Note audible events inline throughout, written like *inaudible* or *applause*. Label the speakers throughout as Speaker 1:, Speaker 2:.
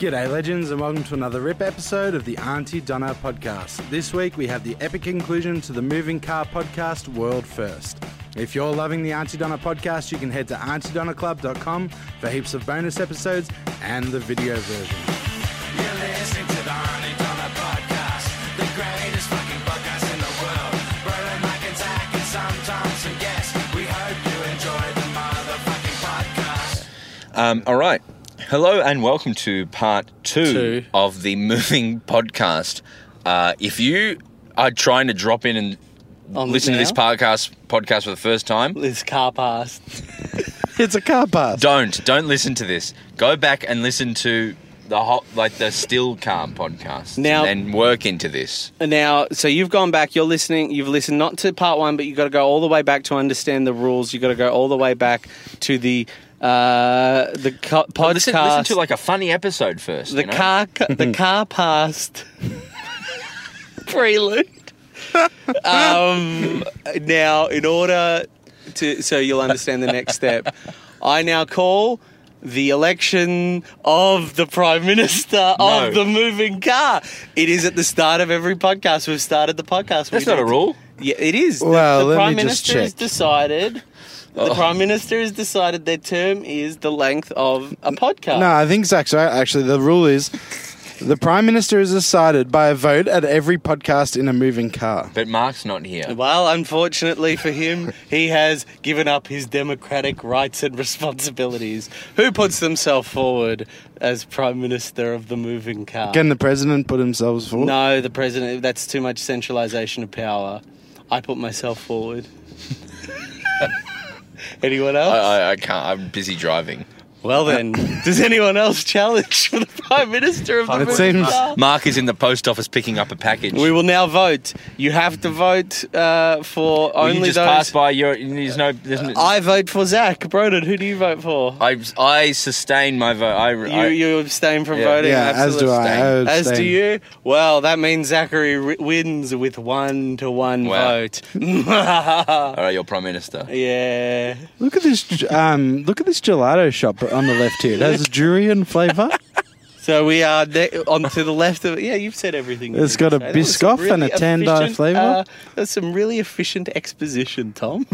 Speaker 1: G'day, legends, and welcome to another RIP episode of the Auntie Donna podcast. This week we have the epic conclusion to the Moving Car podcast, World First. If you're loving the Auntie Donna podcast, you can head to auntiedonnaclub.com for heaps of bonus episodes and the video version.
Speaker 2: You're listening to the Arnie Donna podcast, the greatest fucking podcast in the world. Roland McIntyre and Sam Thompson, yes, we hope you enjoy the motherfucking podcast.
Speaker 3: Um, all right. Hello and welcome to part two,
Speaker 4: Two.
Speaker 3: of the Moving *laughs* Podcast. Uh, if you are trying to drop in and
Speaker 4: On
Speaker 3: listen to
Speaker 4: now?
Speaker 3: this podcast podcast for the first time,
Speaker 4: This car passed.
Speaker 1: It's a car pass.
Speaker 3: don't don't listen to this. Go back and listen to the hot like the Still Calm podcast.
Speaker 4: Now-
Speaker 3: and then work into this.
Speaker 4: Now, so you've gone back. You're listening. You've listened not to part one, but you've got to go all the way back to understand the rules. You've got to go all the way back to the uh, the co- podcast.
Speaker 3: Listen, listen to like a funny episode first.
Speaker 4: the
Speaker 3: you know?
Speaker 4: car.
Speaker 3: *laughs*
Speaker 4: The car passed. *laughs* Prelude. um, now, in order to so you'll understand the next step, I now call. The election of the Prime Minister
Speaker 3: No.
Speaker 4: of the moving car. It is at the start of every podcast. We've started the podcast.
Speaker 3: That's
Speaker 4: We
Speaker 3: not a
Speaker 4: do-
Speaker 3: rule.
Speaker 4: Yeah, it is. The-
Speaker 1: Well,
Speaker 4: the,
Speaker 1: let me
Speaker 4: Prime
Speaker 1: just
Speaker 4: Minister has
Speaker 1: check.
Speaker 4: decided.
Speaker 3: Oh.
Speaker 4: The Prime Minister has decided their term is the length of a podcast.
Speaker 1: No, I think it's actually, actually the rule is the Prime Minister is decided by a vote at every podcast in a moving car.
Speaker 3: But Mark's not here.
Speaker 4: Well, unfortunately for him, he has given up his democratic rights and responsibilities. Who puts themselves forward as Prime Minister of the moving car?
Speaker 1: Can the President put themselves forward?
Speaker 4: no, the president. That's too much centralisation of power. I put myself forward. *laughs* anyone else?
Speaker 3: I, I, I can't. I'm busy driving.
Speaker 4: well then, does anyone else challenge for the Prime Minister of the
Speaker 1: It
Speaker 4: moving
Speaker 1: seems-
Speaker 4: car?
Speaker 3: Mark is in the post office picking up a package.
Speaker 4: We will now vote. You have to vote uh, for
Speaker 3: Will
Speaker 4: only
Speaker 3: you just
Speaker 4: those.
Speaker 3: pass by your. There's no. There's no
Speaker 4: I vote for Zach Broden. Who do you vote for?
Speaker 3: I, I sustain my vote. I,
Speaker 4: You,
Speaker 3: I-
Speaker 4: you abstain from
Speaker 3: Yeah.
Speaker 4: voting.
Speaker 1: Yeah, as do
Speaker 4: absolutely.
Speaker 1: I. I would
Speaker 4: As do
Speaker 1: abstain.
Speaker 4: you? Well, that means Zachary ri wins with one to one
Speaker 3: Wow.
Speaker 4: vote. *laughs*
Speaker 3: all right, your prime minister.
Speaker 4: yeah.
Speaker 1: Look at this. Um, look at this gelato shop on the left here. It has durian flavour.
Speaker 4: So we are ne- on to the left of. Yeah, you've said everything. you
Speaker 1: It's
Speaker 4: need
Speaker 1: got
Speaker 4: to
Speaker 1: a
Speaker 4: say. That was some
Speaker 1: Biscoff and a Tandai
Speaker 4: efficient,
Speaker 1: flavour.
Speaker 4: Uh, that's some really efficient exposition,
Speaker 1: *laughs*
Speaker 4: Tom.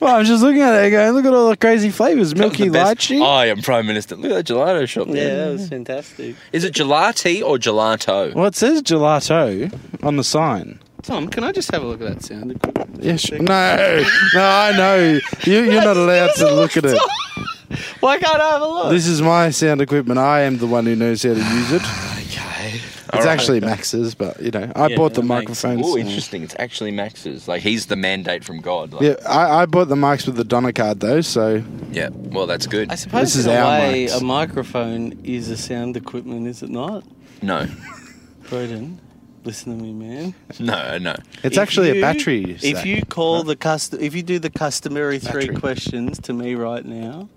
Speaker 1: Well, I'm just looking at it. Going, look at all the crazy flavours. Milky
Speaker 3: The best-
Speaker 1: lychee.
Speaker 3: I am prime minister. Look at that gelato shop. there.
Speaker 4: Yeah, that was fantastic.
Speaker 3: Is it gelati or gelato?
Speaker 1: Well, it says gelato on the sign.
Speaker 4: Tom, can I just have a look at that sound? equipment?
Speaker 1: Yeah, sh- no, no, I know. You, you're not allowed to look at it.
Speaker 4: *laughs* Why can't I have a look?
Speaker 1: This is my sound equipment. I am the one who knows how to use it.
Speaker 3: Okay.
Speaker 1: It's actually Max's, but you know, I
Speaker 4: Yeah,
Speaker 1: bought the
Speaker 4: that makes
Speaker 1: microphones.
Speaker 3: Oh, interesting. It's actually Max's. Like he's the mandate from God. Like,
Speaker 1: Yeah, I, I bought the mics with the Donna card though, so
Speaker 3: yeah. Well, that's good.
Speaker 4: I suppose
Speaker 1: This is
Speaker 4: in a
Speaker 1: our
Speaker 4: way,
Speaker 1: mics.
Speaker 4: a microphone is a sound equipment, is it not?
Speaker 3: No, *laughs*
Speaker 4: Broden, listen to me, man.
Speaker 3: no, no.
Speaker 1: it's
Speaker 4: If
Speaker 1: actually a
Speaker 4: you-
Speaker 1: battery.
Speaker 4: If
Speaker 1: Zach.
Speaker 4: you call the custom, if you do the customary three
Speaker 1: Battery.
Speaker 4: questions to me right now,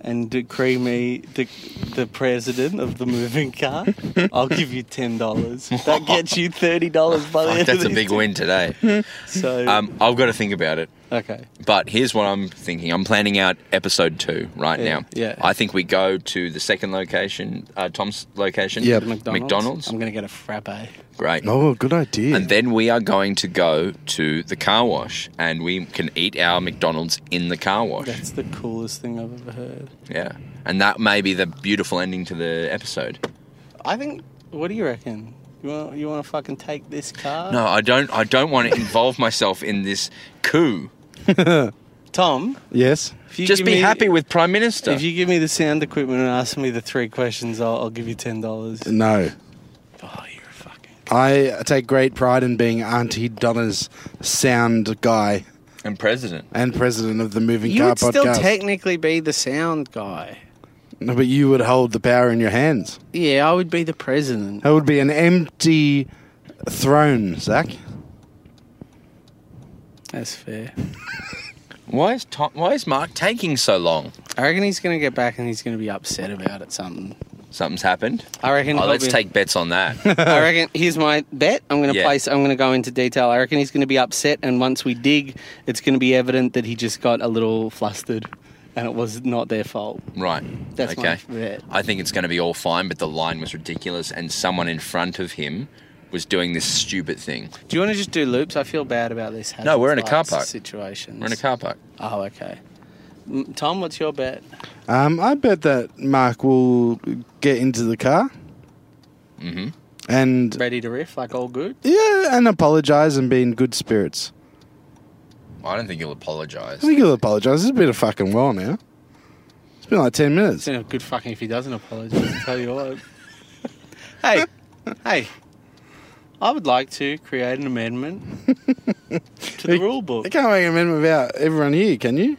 Speaker 4: and decree me the, the president of the
Speaker 1: *laughs*
Speaker 4: moving car, I'll give you ten dollars. That gets you thirty dollars by the
Speaker 3: Fuck,
Speaker 4: end
Speaker 3: that's a
Speaker 4: of this.
Speaker 3: big win
Speaker 4: *laughs*
Speaker 3: today.
Speaker 4: So
Speaker 3: Um, I've got to think about it.
Speaker 4: okay,
Speaker 3: But here's what I'm thinking. I'm planning out episode two right
Speaker 4: Yeah,
Speaker 3: now.
Speaker 4: yeah.
Speaker 3: I think we go to the second location, uh, Tom's location.
Speaker 1: Yep.
Speaker 4: The McDonald's.
Speaker 3: McDonald's.
Speaker 4: I'm gonna get a frappe.
Speaker 3: Great.
Speaker 1: oh, good idea.
Speaker 3: And then we are going to go to the car wash and we can eat our McDonald's in the car wash.
Speaker 4: That's the coolest thing I've ever heard.
Speaker 3: Yeah. And that may be the beautiful ending to the episode.
Speaker 4: I think. What do you reckon? You want you want to fucking take this car?
Speaker 3: No, I don't I don't want to involve myself in this coup.
Speaker 4: Tom.
Speaker 1: yes,
Speaker 4: If you
Speaker 3: Just
Speaker 4: give
Speaker 3: be
Speaker 4: me-
Speaker 3: happy with Prime Minister.
Speaker 4: If you give me the sound equipment and ask me the three questions, I'll, I'll give you ten dollars.
Speaker 1: no.
Speaker 4: Oh, you're a fucking.
Speaker 1: I take great pride in being Auntie Donna's sound guy
Speaker 3: and president.
Speaker 1: and president of the Moving
Speaker 4: You
Speaker 1: Car
Speaker 4: would
Speaker 1: Podcast.
Speaker 4: still technically be the sound guy.
Speaker 1: no, but you would hold the power in your hands.
Speaker 4: Yeah, I would be the president.
Speaker 1: That would be an empty throne, Zach.
Speaker 4: That's fair.
Speaker 3: Why is Tom, why is Mark taking so long?
Speaker 4: I reckon he's gonna get back and he's gonna be upset about it. Something.
Speaker 3: Something's happened.
Speaker 4: I reckon.
Speaker 3: Oh,
Speaker 4: he'll
Speaker 3: let's
Speaker 4: be-
Speaker 3: take bets on that.
Speaker 4: *laughs* I reckon. Here's my bet. I'm gonna
Speaker 3: Yeah.
Speaker 4: place. I'm gonna go into detail. I reckon he's gonna be upset, and once we dig, it's gonna be evident that he just got a little flustered. and it was not their fault.
Speaker 3: Right.
Speaker 4: That's my
Speaker 3: okay.
Speaker 4: red.
Speaker 3: I think it's going to be all fine, but the line was ridiculous, and someone in front of him was doing this stupid thing.
Speaker 4: Do you want to just do loops? I feel bad about this.
Speaker 3: No, we're in a
Speaker 4: hazard
Speaker 3: car
Speaker 4: lights
Speaker 3: park.
Speaker 4: Situations.
Speaker 3: We're in a car park.
Speaker 4: Oh, okay. Mm, Tom, what's your bet?
Speaker 1: Um, I bet that Mark will get into the car Mm-hmm.
Speaker 3: hmm
Speaker 1: and
Speaker 4: Ready to riff? Like all good?
Speaker 1: yeah, and apologise and be in good spirits.
Speaker 3: I don't think he'll apologise.
Speaker 1: I think he'll apologise. It's been a fucking while now. It's been like ten
Speaker 4: It's
Speaker 1: minutes.
Speaker 4: in a good fucking if he doesn't apologise. I tell you what. hey, hey. I would like to create an amendment to the rule book.
Speaker 1: I can't make an amendment about everyone here, can you?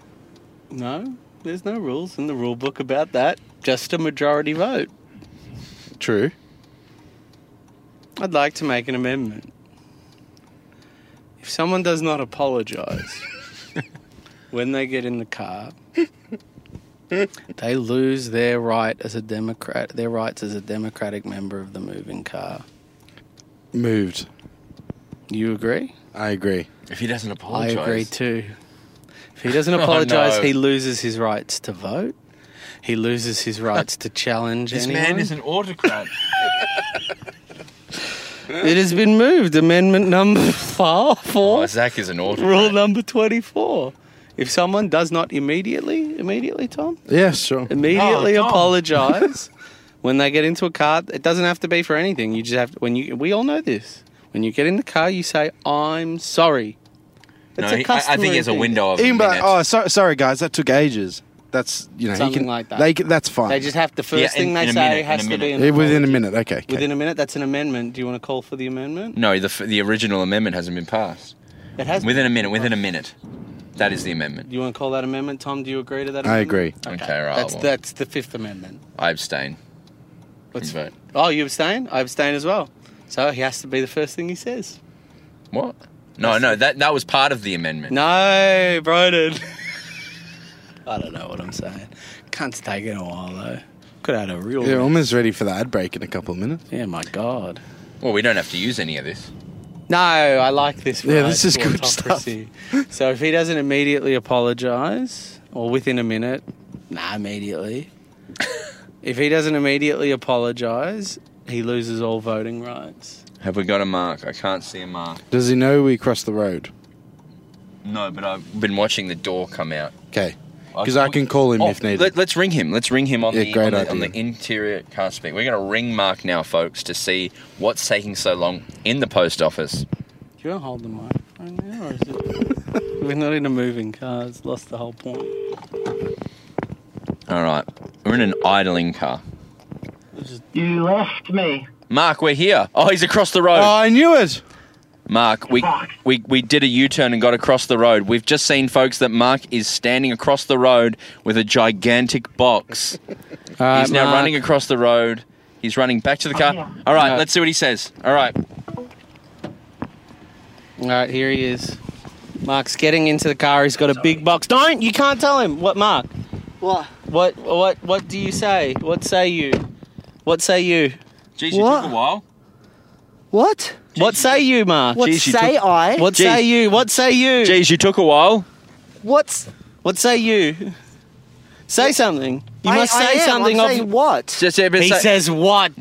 Speaker 4: No, there's no rules in the rule book about that. Just a majority vote.
Speaker 1: True.
Speaker 4: I'd like to make an amendment. If someone does
Speaker 3: *laughs*
Speaker 4: not apologise when they get in the car, they lose their right as a Democrat, their rights as a Democratic member of the moving car.
Speaker 1: Moved.
Speaker 4: You agree?
Speaker 1: I agree.
Speaker 3: If he doesn't
Speaker 4: I
Speaker 3: apologise,
Speaker 4: agree too. If he doesn't
Speaker 3: *laughs* Oh,
Speaker 4: apologise,
Speaker 3: no.
Speaker 4: he loses his rights to vote. He loses his rights to challenge
Speaker 3: This
Speaker 4: anyone.
Speaker 3: man is an
Speaker 4: *laughs*
Speaker 3: autocrat.
Speaker 4: It has been moved. Amendment number *laughs* four. four.
Speaker 3: oh, Zach is an autocrat.
Speaker 4: Rule number 24. If someone does not immediately, immediately, Tom,
Speaker 1: Yeah, sure.
Speaker 4: immediately
Speaker 3: Oh, Tom. *laughs*
Speaker 4: apologize when they get into a car, it doesn't have to be for anything. You just have to, when you, we all know this. When you get in the car, you say, I'm sorry.
Speaker 3: No,
Speaker 4: It's
Speaker 3: he- I, I think he has a
Speaker 4: customary
Speaker 3: window of
Speaker 1: He
Speaker 3: a
Speaker 1: can be like,
Speaker 3: minute.
Speaker 1: oh, so, sorry guys, that took ages. That's you know he
Speaker 4: Something
Speaker 1: can-
Speaker 4: like that.
Speaker 1: They can, that's fine.
Speaker 4: thing. They just have the first
Speaker 3: Yeah, in-
Speaker 4: thing they
Speaker 3: in a
Speaker 4: say
Speaker 3: minute, in
Speaker 4: has
Speaker 3: a
Speaker 4: to be
Speaker 3: minute.
Speaker 4: an
Speaker 1: Eh, within a
Speaker 4: apology.
Speaker 1: minute. Okay. okay.
Speaker 4: Within a minute, that's an amendment. Do you want to call for the amendment?
Speaker 3: No, the, f- the original amendment hasn't been passed.
Speaker 4: It has.
Speaker 3: Within a minute, within a minute. That is the amendment.
Speaker 4: Do you want to call that amendment, Tom? Do you agree to that?
Speaker 1: I
Speaker 4: amendment?
Speaker 1: agree.
Speaker 3: Okay, right,
Speaker 4: That's
Speaker 3: well.
Speaker 4: that's the Fifth Amendment.
Speaker 3: I abstain.
Speaker 4: Let's
Speaker 3: vote.
Speaker 4: Oh, you abstain? I abstain as well. So he has to be the first thing he says.
Speaker 3: What? No, no, that, that was part of the amendment.
Speaker 4: No, Broden. *laughs* I don't know what I'm saying. Cunt's taking a while though. Could have had a real.
Speaker 1: Yeah, almost ready for the ad break in a couple of minutes.
Speaker 4: Yeah, my God.
Speaker 3: Well, we don't have to use any of this.
Speaker 4: No, I like this.
Speaker 1: Yeah,
Speaker 4: ride
Speaker 1: this is
Speaker 4: to
Speaker 1: good stuff.
Speaker 4: autocracy. So if he doesn't immediately apologise, or within a minute, nah,
Speaker 1: *laughs*
Speaker 4: immediately. if he doesn't immediately apologise, he loses all voting rights.
Speaker 3: Have we got a mark? I can't see a mark.
Speaker 1: Does he know we crossed the road?
Speaker 3: No, but I've been watching the door come out.
Speaker 1: Okay. Because I can call him
Speaker 3: Oh,
Speaker 1: if needed.
Speaker 3: Let, us ring him. Let's ring him on,
Speaker 1: Yeah,
Speaker 3: the,
Speaker 1: great
Speaker 3: on, the, on
Speaker 1: idea.
Speaker 3: the interior car speak. We're going to ring Mark now, folks, to see what's taking so long in the post office.
Speaker 4: Do you want to hold the microphone now, or is it? *laughs* We're not in a moving car. It's lost the whole point.
Speaker 3: All right. We're in an idling car.
Speaker 5: You left me.
Speaker 3: Mark, we're here. Oh, he's across the road.
Speaker 1: oh, I knew it.
Speaker 3: Mark, we,
Speaker 5: Fuck.
Speaker 3: we we did a U-turn and got across the road. We've just seen folks that Mark is standing across the road with a gigantic box. He's now running across the road. He's running back to the
Speaker 5: Uh, Oh, yeah.
Speaker 3: car. All right,
Speaker 4: Yeah.
Speaker 3: let's see what he says. All right.
Speaker 4: All right, here he is. Mark's getting into the car. He's got a big box. Don't you can't tell him what Mark.
Speaker 5: What?
Speaker 4: What what what do you say? What say you? What say you?
Speaker 3: Jeez,
Speaker 5: you What? took a
Speaker 3: while.
Speaker 5: What?
Speaker 4: What say you, Mark?
Speaker 5: What
Speaker 3: Jeez, you
Speaker 5: say
Speaker 3: took-
Speaker 5: I?
Speaker 4: What
Speaker 3: Jeez.
Speaker 4: say you? What say you?
Speaker 3: Jeez, you took a while.
Speaker 5: What's?
Speaker 4: What say you? Say something. You
Speaker 5: I-
Speaker 4: must
Speaker 5: I
Speaker 4: say
Speaker 5: am.
Speaker 4: something.
Speaker 5: I'm
Speaker 4: of-
Speaker 5: saying what?
Speaker 3: Just every
Speaker 4: he
Speaker 3: sec-
Speaker 4: says what?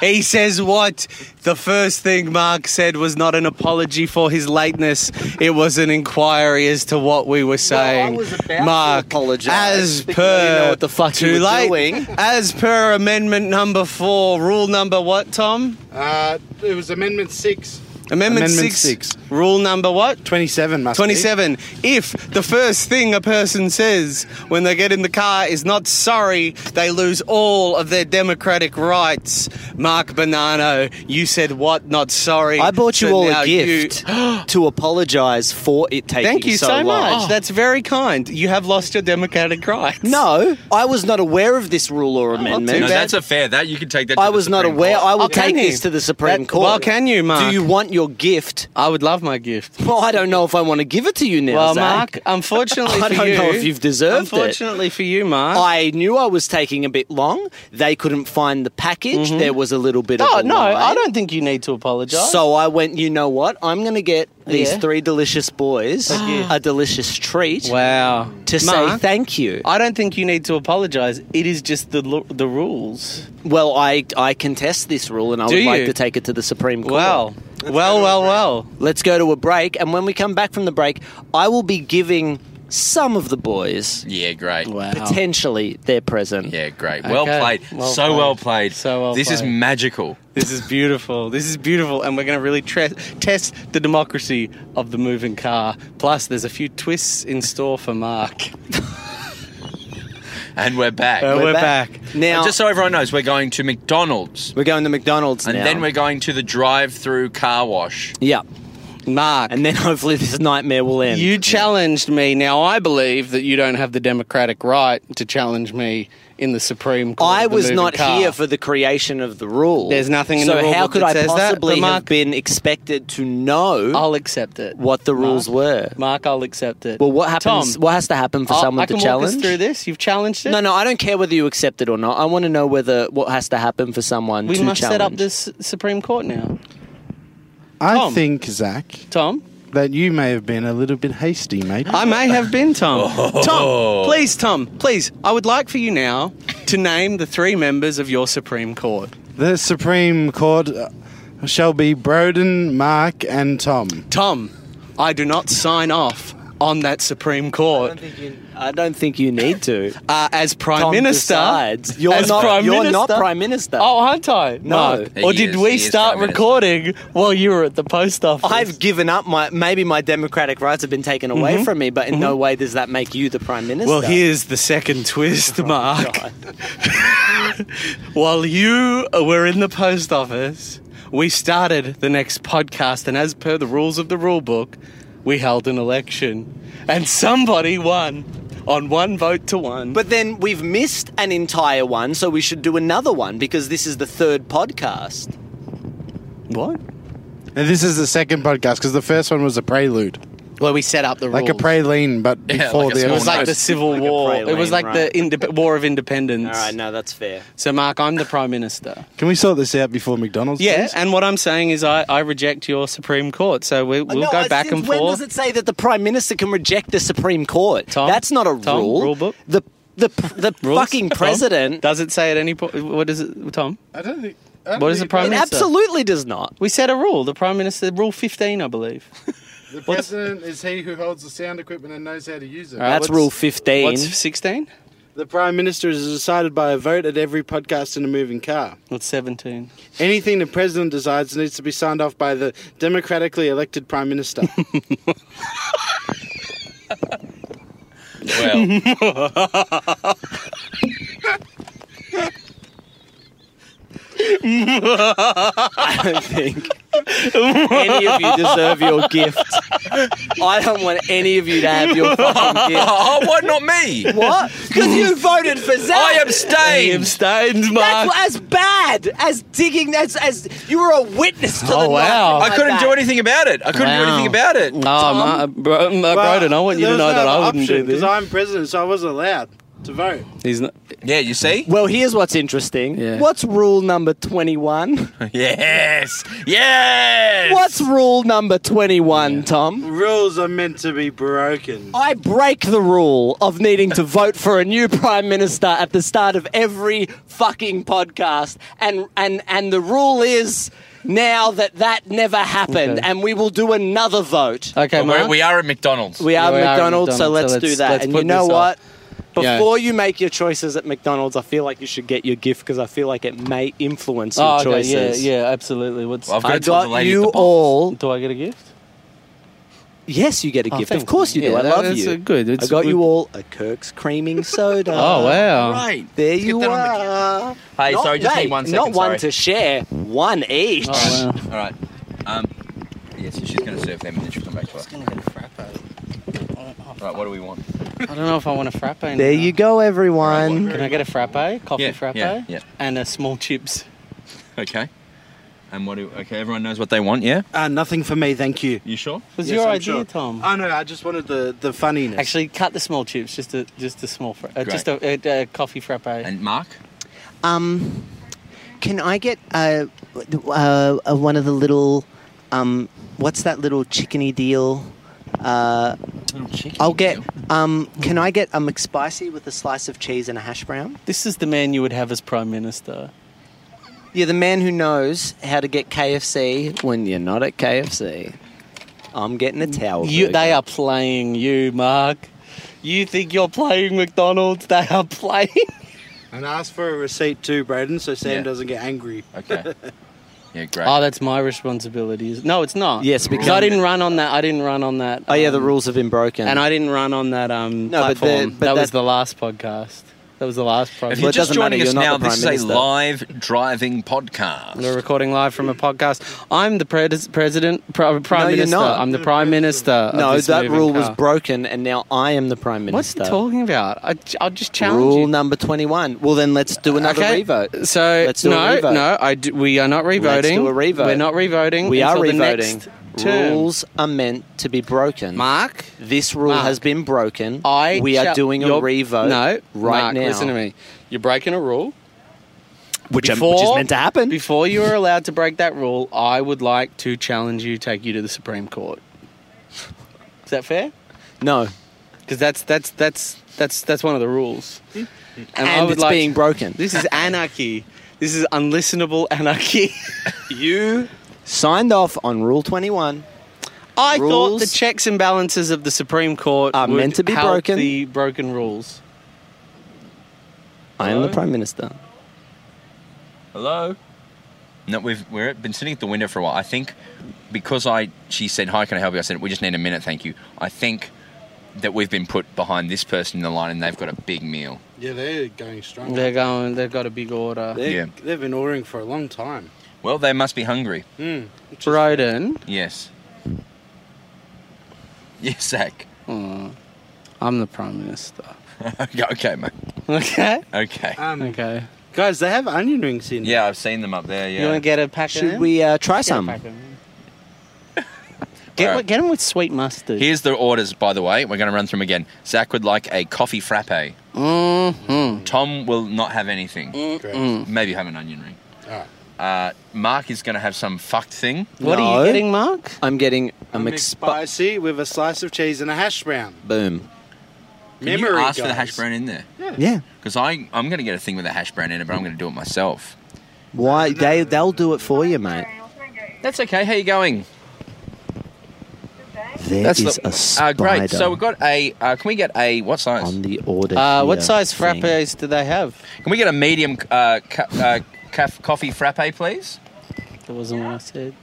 Speaker 4: he says what? The first thing Mark said was not an apology for his lateness. It was an inquiry as to what we were saying.
Speaker 5: was about to
Speaker 4: Mark,
Speaker 5: apologise
Speaker 4: as per
Speaker 5: because I didn't know what the fuck
Speaker 4: too
Speaker 5: you were
Speaker 4: late.
Speaker 5: doing.
Speaker 4: As per amendment number four, rule number what, Tom?
Speaker 1: Uh, it was Amendment 6.
Speaker 4: Amendment,
Speaker 1: Amendment
Speaker 4: six,
Speaker 1: six.
Speaker 4: Rule number what?
Speaker 1: 27 must be.
Speaker 4: 27. If the first thing a person says when they get in the car is not sorry, they lose all of their democratic rights. Mark Bonanno, you said what? Not sorry.
Speaker 5: I bought you
Speaker 4: So
Speaker 5: all
Speaker 4: now *gasps*
Speaker 5: a gift to apologise for it taking
Speaker 4: Thank you so,
Speaker 5: long. Oh.
Speaker 4: much. That's very kind. You have lost your democratic rights.
Speaker 5: No, I was not aware of this rule or
Speaker 4: too
Speaker 5: amendment.
Speaker 3: No,
Speaker 4: bad.
Speaker 3: that's a fair. That you can take that. To
Speaker 5: I
Speaker 3: the
Speaker 5: was not
Speaker 3: Supreme
Speaker 5: aware.
Speaker 3: Court.
Speaker 5: I will
Speaker 4: Oh, can
Speaker 5: take
Speaker 4: you?
Speaker 5: this to the Supreme
Speaker 4: That-
Speaker 5: Court.
Speaker 4: well, can you, Mark?
Speaker 5: Do you want your gift.
Speaker 4: I would love my gift.
Speaker 5: Well, I don't know if I want to give it to you now.
Speaker 4: Well,
Speaker 5: Zach.
Speaker 4: Mark, unfortunately
Speaker 5: *laughs* I
Speaker 4: for
Speaker 5: don't
Speaker 4: you,
Speaker 5: know if you've deserved it.
Speaker 4: Unfortunately for you, Mark.
Speaker 5: I knew I was taking a bit long. They couldn't find the package. There was a little bit
Speaker 4: no,
Speaker 5: of a
Speaker 4: Mm-hmm. Oh, no,
Speaker 5: line.
Speaker 4: I don't think you need to apologise.
Speaker 5: So I went, you know what? I'm going to get these
Speaker 4: Yeah.
Speaker 5: three delicious boys
Speaker 4: you.
Speaker 5: a delicious treat
Speaker 4: wow,
Speaker 5: to say
Speaker 4: Mark,
Speaker 5: thank you.
Speaker 4: I don't think you need to apologise. It is just the lu- the rules.
Speaker 5: well, I, I contest this rule and I
Speaker 4: Do
Speaker 5: would like
Speaker 4: you?
Speaker 5: to take it to the Supreme Court.
Speaker 4: Wow. Well, well, well.
Speaker 5: Let's go to a break. And when we come back from the break, I will be giving some of the boys
Speaker 3: Yeah, great.
Speaker 5: potentially their present.
Speaker 3: Yeah, great. Well
Speaker 4: Okay.
Speaker 3: played.
Speaker 4: Well
Speaker 3: so
Speaker 4: played.
Speaker 3: well played.
Speaker 4: So well
Speaker 3: This is
Speaker 4: played.
Speaker 3: magical.
Speaker 4: This is beautiful. This is beautiful, and we're going to really tre- test the democracy of the moving car. Plus, there's a few twists in store for Mark.
Speaker 3: And we're back.
Speaker 4: Uh,
Speaker 5: We're,
Speaker 4: We're
Speaker 5: back.
Speaker 4: back.
Speaker 5: Now,
Speaker 3: Just so everyone knows, we're going to McDonald's.
Speaker 5: we're going to McDonald's
Speaker 3: And
Speaker 5: now.
Speaker 3: then we're going to the drive-through car
Speaker 5: *laughs*
Speaker 3: wash.
Speaker 5: Yeah.
Speaker 4: Mark,
Speaker 5: And then *laughs* hopefully this nightmare will end.
Speaker 4: you challenged me. Now, I believe that you don't have the democratic right to challenge me in the Supreme Court.
Speaker 5: I
Speaker 4: of the
Speaker 5: was
Speaker 4: moving
Speaker 5: not
Speaker 4: car.
Speaker 5: here for the creation of the rule.
Speaker 4: There's nothing in
Speaker 5: so
Speaker 4: the rule
Speaker 5: how
Speaker 4: book
Speaker 5: could
Speaker 4: that
Speaker 5: I
Speaker 4: says that, but
Speaker 5: possibly have
Speaker 4: Mark-
Speaker 5: been expected to know
Speaker 4: I'll accept it.
Speaker 5: what the rules
Speaker 4: Mark.
Speaker 5: were?
Speaker 4: Mark, I'll accept it.
Speaker 5: Well, what happens?
Speaker 4: Tom,
Speaker 5: what has to happen for
Speaker 4: I'll-
Speaker 5: someone
Speaker 4: I can
Speaker 5: to
Speaker 4: walk us
Speaker 5: challenge?
Speaker 4: through this. You've challenged it.
Speaker 5: No, no, I don't care whether you accept it or not. I want to know whether what has to happen for someone
Speaker 4: We
Speaker 5: to
Speaker 4: must
Speaker 5: challenge.
Speaker 4: set up this Supreme Court now.
Speaker 1: I
Speaker 4: Tom.
Speaker 1: think, Zach,
Speaker 4: Tom,
Speaker 1: that you may have been a little bit hasty, mate.
Speaker 4: I may have
Speaker 3: *laughs*
Speaker 4: been Tom.
Speaker 3: Oh.
Speaker 4: Tom, please, Tom, please. I would like for you now to name the three members of your Supreme Court.
Speaker 1: The Supreme Court uh, shall be Broden, Mark, and Tom.
Speaker 4: Tom, I do not sign off on that Supreme Court.
Speaker 5: I don't think you
Speaker 4: *laughs*
Speaker 5: need to.
Speaker 4: Uh, as Prime
Speaker 5: Tom
Speaker 4: Minister,
Speaker 5: decides. You're
Speaker 4: as
Speaker 5: not.
Speaker 4: Prime
Speaker 5: you're
Speaker 4: Minister.
Speaker 5: not prime minister.
Speaker 4: Oh, aren't I?
Speaker 5: No.
Speaker 4: Mark, Or
Speaker 3: He
Speaker 4: did
Speaker 3: is- he
Speaker 4: we
Speaker 3: is
Speaker 4: start
Speaker 3: Prime Minister.
Speaker 4: recording while you were at the post office?
Speaker 5: I've given up my maybe my democratic rights have been taken away from me, but in no way does that make you the prime minister.
Speaker 4: Mm-hmm. Well, here's the
Speaker 5: *laughs* Oh,
Speaker 4: second twist, Mark. While you uh, were in the post office, we started the next podcast, and as per the rules of the rule book, we held an election, and somebody won on one vote to one.
Speaker 5: But then we've missed an entire one, so we should do another one because this is the third podcast.
Speaker 4: what?
Speaker 1: And this is the second podcast because the first one was a prelude,
Speaker 4: Well, we set up the
Speaker 1: like a praline, but
Speaker 3: Yeah,
Speaker 1: before
Speaker 3: like a
Speaker 1: the
Speaker 3: small
Speaker 4: It was like
Speaker 3: Almost.
Speaker 4: the Civil
Speaker 5: Like a
Speaker 4: War.
Speaker 5: praline,
Speaker 4: It was like
Speaker 5: right.
Speaker 4: the indep War of Independence.
Speaker 5: All right, no, that's fair.
Speaker 4: So, Mark, I'm the Prime Minister.
Speaker 1: Can we sort this out before McDonald's?
Speaker 4: Yeah,
Speaker 1: please?
Speaker 4: and what I'm saying is I, I reject your Supreme Court. So we, we'll
Speaker 5: Uh, no,
Speaker 4: go
Speaker 5: I-
Speaker 4: back
Speaker 5: since
Speaker 4: and
Speaker 5: when
Speaker 4: forth.
Speaker 5: does it say that the prime minister can reject the Supreme Court?
Speaker 4: Tom?
Speaker 5: that's not a
Speaker 4: Tom,
Speaker 5: rule.
Speaker 4: rule book?
Speaker 5: The the the
Speaker 4: *laughs* Rules?
Speaker 5: fucking
Speaker 4: Tom?
Speaker 5: president.
Speaker 4: Does it say at any point? What is it, Tom?
Speaker 1: I don't think. I don't
Speaker 4: What is
Speaker 1: think-
Speaker 4: the prime
Speaker 5: it
Speaker 4: minister?
Speaker 5: absolutely does not.
Speaker 4: We set a rule. The prime minister, rule fifteen, I believe.
Speaker 1: The president is he who holds the sound equipment and knows how to use it.
Speaker 4: right,
Speaker 5: That's
Speaker 4: what's-
Speaker 5: rule fifteen.
Speaker 4: What's sixteen?
Speaker 1: The prime minister is decided by a vote at every podcast in a moving car.
Speaker 4: What's seventeen?
Speaker 1: Anything the president decides needs to be signed off by the democratically elected prime minister.
Speaker 3: Well,
Speaker 5: I don't think any of you
Speaker 4: *laughs*
Speaker 5: deserve your gift. I don't want any of you to
Speaker 4: *laughs*
Speaker 5: have your fucking gift.
Speaker 3: oh, why not me?
Speaker 5: What?
Speaker 4: *laughs*
Speaker 5: Because you voted for Zach.
Speaker 3: I
Speaker 4: He
Speaker 3: abstained.
Speaker 4: abstains,
Speaker 5: That's
Speaker 4: Mark.
Speaker 5: as bad as digging. As as you were a witness to
Speaker 4: Oh,
Speaker 5: the night
Speaker 4: wow.
Speaker 5: of
Speaker 3: I
Speaker 5: my
Speaker 3: couldn't do
Speaker 5: back.
Speaker 3: anything about it. I couldn't do
Speaker 4: Wow.
Speaker 3: anything about it.
Speaker 4: Oh, Ma- bro, Ma- Broden, I want you to know that I wouldn't do this.
Speaker 1: because I'm president, so I wasn't allowed to vote.
Speaker 4: He's not.
Speaker 3: Yeah, you see?
Speaker 5: Well, here's what's interesting.
Speaker 4: Yeah.
Speaker 5: What's rule number 21?
Speaker 3: Yes. Yes.
Speaker 5: What's rule number 21, Tom?
Speaker 1: Rules are meant to be broken.
Speaker 5: I break the rule of needing to vote for a new prime minister at the start of every fucking podcast and and and the rule is now that that never happened
Speaker 4: Okay.
Speaker 5: and we will do another vote.
Speaker 4: Okay,
Speaker 3: But we're-
Speaker 4: Mark.
Speaker 3: we are at McDonald's.
Speaker 5: We are
Speaker 4: We are at
Speaker 5: McDonald's, so
Speaker 4: McDonald's,
Speaker 5: let's,
Speaker 4: so
Speaker 5: do
Speaker 4: let's-
Speaker 5: that.
Speaker 4: let's
Speaker 5: and
Speaker 4: put
Speaker 5: you know
Speaker 4: this
Speaker 5: what?
Speaker 4: off. Yeah.
Speaker 5: Before you make your choices at McDonald's, I feel like you should get your gift because I feel like it may influence your
Speaker 4: Oh, okay,
Speaker 5: choices.
Speaker 4: yeah, yeah, absolutely. What's?
Speaker 3: Well, I've got
Speaker 5: I
Speaker 3: to tell the
Speaker 5: got
Speaker 3: lady at
Speaker 5: you
Speaker 3: the box.
Speaker 5: all
Speaker 4: do I get a gift?
Speaker 5: Yes, you get a
Speaker 4: Oh,
Speaker 5: gift.
Speaker 4: thank
Speaker 5: Of course you,
Speaker 4: you.
Speaker 5: do.
Speaker 4: Yeah,
Speaker 5: I
Speaker 4: that-
Speaker 5: love
Speaker 4: that's
Speaker 5: you.
Speaker 4: a good-
Speaker 5: I
Speaker 4: it's
Speaker 5: got
Speaker 4: a
Speaker 5: you uh,
Speaker 4: good-
Speaker 5: all a
Speaker 4: *laughs*
Speaker 5: Kirk's creaming soda.
Speaker 4: Oh wow!
Speaker 3: Right.
Speaker 5: There
Speaker 3: Let's
Speaker 5: you
Speaker 3: get that on the-
Speaker 5: are.
Speaker 3: Hey,
Speaker 5: Not
Speaker 3: sorry, just
Speaker 5: they,
Speaker 3: need one second.
Speaker 5: Not
Speaker 3: sorry.
Speaker 5: one to share, one each.
Speaker 4: Oh, wow.
Speaker 3: All right. Um, yeah, so she's going to serve them and then she'll come back to us. All right, what do we want?
Speaker 4: I don't know if I want a frappe. now.
Speaker 5: There you go, everyone.
Speaker 4: Can I get a frappe? Coffee
Speaker 3: Yeah,
Speaker 4: frappe?
Speaker 3: yeah, yeah.
Speaker 4: And a small chips.
Speaker 3: Okay. And what do okay? Everyone knows what they want. Yeah.
Speaker 1: *laughs* Uh, nothing for me, thank you.
Speaker 3: You sure?
Speaker 4: was
Speaker 1: Yes,
Speaker 4: your
Speaker 1: I'm
Speaker 4: idea,
Speaker 1: sure.
Speaker 4: Tom.
Speaker 1: Oh no, I just wanted the the funniness.
Speaker 4: Actually, cut the small tubes. Just a just a small, fra- uh,
Speaker 3: Great.
Speaker 4: just a, a, a coffee frappe.
Speaker 3: And Mark.
Speaker 5: Um, can I get uh, uh, uh, one of the little, um, what's that little chickeny deal? Uh,
Speaker 3: Little chicken.
Speaker 5: I'll get. Um, can I get a McSpicy with a slice of cheese and a hash brown?
Speaker 4: this is the man you would have as prime minister.
Speaker 5: Yeah, the man who knows how to get KFC when you're not at KFC. I'm getting a towel.
Speaker 4: You,
Speaker 5: version.
Speaker 4: they are playing you, Mark. You think you're playing McDonald's? They are playing.
Speaker 1: and ask for a receipt too, Braden, so Sam
Speaker 3: Yeah.
Speaker 1: doesn't get angry.
Speaker 3: Okay. Yeah, great.
Speaker 4: oh, that's my responsibility. is- No, it's not.
Speaker 5: Yes,
Speaker 4: because
Speaker 5: because-
Speaker 4: I didn't run on that. I didn't run on that.
Speaker 5: Oh yeah, the
Speaker 4: um,
Speaker 5: rules have been broken.
Speaker 4: And I didn't run on that um,
Speaker 5: No, but the-
Speaker 4: platform.
Speaker 5: but
Speaker 4: that, was
Speaker 5: that-
Speaker 4: the last podcast. That was the last
Speaker 3: if
Speaker 4: podcast.
Speaker 3: you're
Speaker 5: Well, it
Speaker 3: just
Speaker 5: doesn't matter,
Speaker 3: joining us
Speaker 5: you're not
Speaker 3: now,
Speaker 5: the
Speaker 3: this is a
Speaker 5: Prime Minister.
Speaker 3: live driving podcast.
Speaker 4: We're recording live from a podcast. I'm the pres- president, pr- prime
Speaker 5: No, you're
Speaker 4: minister.
Speaker 5: not.
Speaker 4: I'm the prime minister. of
Speaker 5: no,
Speaker 4: this
Speaker 5: that
Speaker 4: moving
Speaker 5: rule
Speaker 4: car.
Speaker 5: was broken, and now I am the prime
Speaker 4: What's
Speaker 5: minister.
Speaker 4: he talking about? I, I'll just challenge
Speaker 5: Rule
Speaker 4: you.
Speaker 5: number twenty-one. Well, then let's do another
Speaker 4: Okay,
Speaker 5: revote.
Speaker 4: So
Speaker 5: Let's do a
Speaker 4: no,
Speaker 5: revote.
Speaker 4: no, I d- we are not revoting.
Speaker 5: Let's do a revote.
Speaker 4: We're not revoting.
Speaker 5: We are
Speaker 4: until the
Speaker 5: revoting.
Speaker 4: next term.
Speaker 5: Rules are meant to be broken.
Speaker 4: Mark,
Speaker 5: this rule
Speaker 4: Mark,
Speaker 5: has been broken.
Speaker 4: I
Speaker 5: we are
Speaker 4: shall-
Speaker 5: doing a
Speaker 4: you're-
Speaker 5: revote.
Speaker 4: No,
Speaker 5: right
Speaker 4: Mark,
Speaker 5: now.
Speaker 4: Listen to me. You're breaking a rule.
Speaker 5: Which,
Speaker 4: um, which is Before-
Speaker 5: is
Speaker 4: meant
Speaker 5: meant
Speaker 4: to
Speaker 5: to happen.
Speaker 4: Before you are allowed to break that rule, I would like to challenge you, take you to the Supreme Court. Is that fair?
Speaker 5: No,
Speaker 4: Because that's that's that's that's that's one of the rules. And,
Speaker 5: Mm-hmm. and,
Speaker 4: I would
Speaker 5: it's
Speaker 4: like-
Speaker 5: being broken.
Speaker 4: This is anarchy. This is unlistenable anarchy.
Speaker 5: *laughs* You signed off on Rule Twenty-One.
Speaker 4: I thought
Speaker 5: Rules
Speaker 4: the checks and balances of the Supreme Court
Speaker 5: are
Speaker 4: would
Speaker 5: meant to be
Speaker 4: help
Speaker 5: broken.
Speaker 4: The broken rules.
Speaker 5: I am the
Speaker 4: Hello?
Speaker 5: prime minister.
Speaker 3: Hello. No, we've we're been sitting at the window for a while. I think because I she said hi, can I help you? I said we just need a minute, thank you. I think that we've been put behind this person in the line, and they've got a big meal.
Speaker 1: Yeah, they're going strong.
Speaker 4: They're going. They've got a big order.
Speaker 1: They're-
Speaker 3: Yeah.
Speaker 1: They've been ordering for a long time.
Speaker 3: Well, they must be hungry.
Speaker 1: Mm. which is-
Speaker 4: Broden,
Speaker 3: Yes. Yes, Zach. *laughs*
Speaker 4: I'm the prime minister. *laughs*
Speaker 3: okay, okay, mate.
Speaker 4: Okay.
Speaker 3: Okay.
Speaker 5: Uh,
Speaker 1: Um,
Speaker 4: Okay.
Speaker 1: Guys, they have onion rings in.
Speaker 3: Yeah, I've seen them up there.
Speaker 4: You
Speaker 3: Yeah.
Speaker 4: want to get a pack? of
Speaker 5: Should
Speaker 4: them?
Speaker 5: we uh, try
Speaker 4: Get a
Speaker 5: some?
Speaker 4: pack of them. Get,
Speaker 3: All right.
Speaker 4: one- get them with sweet mustard.
Speaker 3: Here's the orders, by the way. We're going to run through them again. Zach would like a coffee frappe.
Speaker 5: Mm-hmm.
Speaker 4: Mhm.
Speaker 3: Tom will not have anything.
Speaker 5: Mm.
Speaker 1: Great.
Speaker 3: Maybe have an onion ring.
Speaker 1: Alright.
Speaker 3: Uh, Mark is going to have some fucked thing.
Speaker 4: What are
Speaker 5: No.
Speaker 4: you getting, Mark?
Speaker 5: I'm getting a
Speaker 1: A mixed
Speaker 5: mixed
Speaker 1: spicy with a slice of cheese and a hash brown.
Speaker 5: boom.
Speaker 3: Can you ask for the hash brown in there?
Speaker 5: Yeah.
Speaker 3: Because I'm going to get a thing with a hash brown in it, but I'm going to do it myself.
Speaker 5: Why they they'll do it for you, mate.
Speaker 3: That's okay. How you going?
Speaker 5: There
Speaker 3: That's
Speaker 5: is
Speaker 3: the-
Speaker 5: a
Speaker 3: Uh,
Speaker 5: spider
Speaker 3: great. So we've got a. Uh, can we get a what size?
Speaker 5: on the order.
Speaker 4: Uh, what
Speaker 5: here
Speaker 4: size
Speaker 5: thing.
Speaker 4: frappes do they have?
Speaker 3: Can we get a medium uh, ca- uh, caf- coffee frappe, please?
Speaker 4: That wasn't what I said.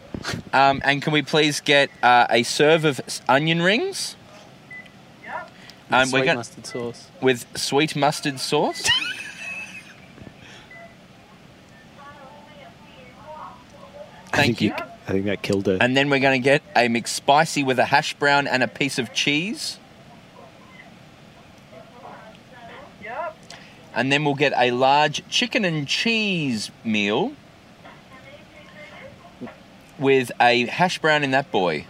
Speaker 3: Um, and can we please get uh, a serve of s- onion rings? Um,
Speaker 4: sweet
Speaker 3: we're going
Speaker 4: mustard sauce.
Speaker 3: with sweet mustard *laughs* sauce. Thank you.
Speaker 5: I think that killed her.
Speaker 3: And then we're going to get a McSpicy with a hash brown and a piece of cheese. And then we'll get a large chicken and cheese meal with a hash brown in that boy.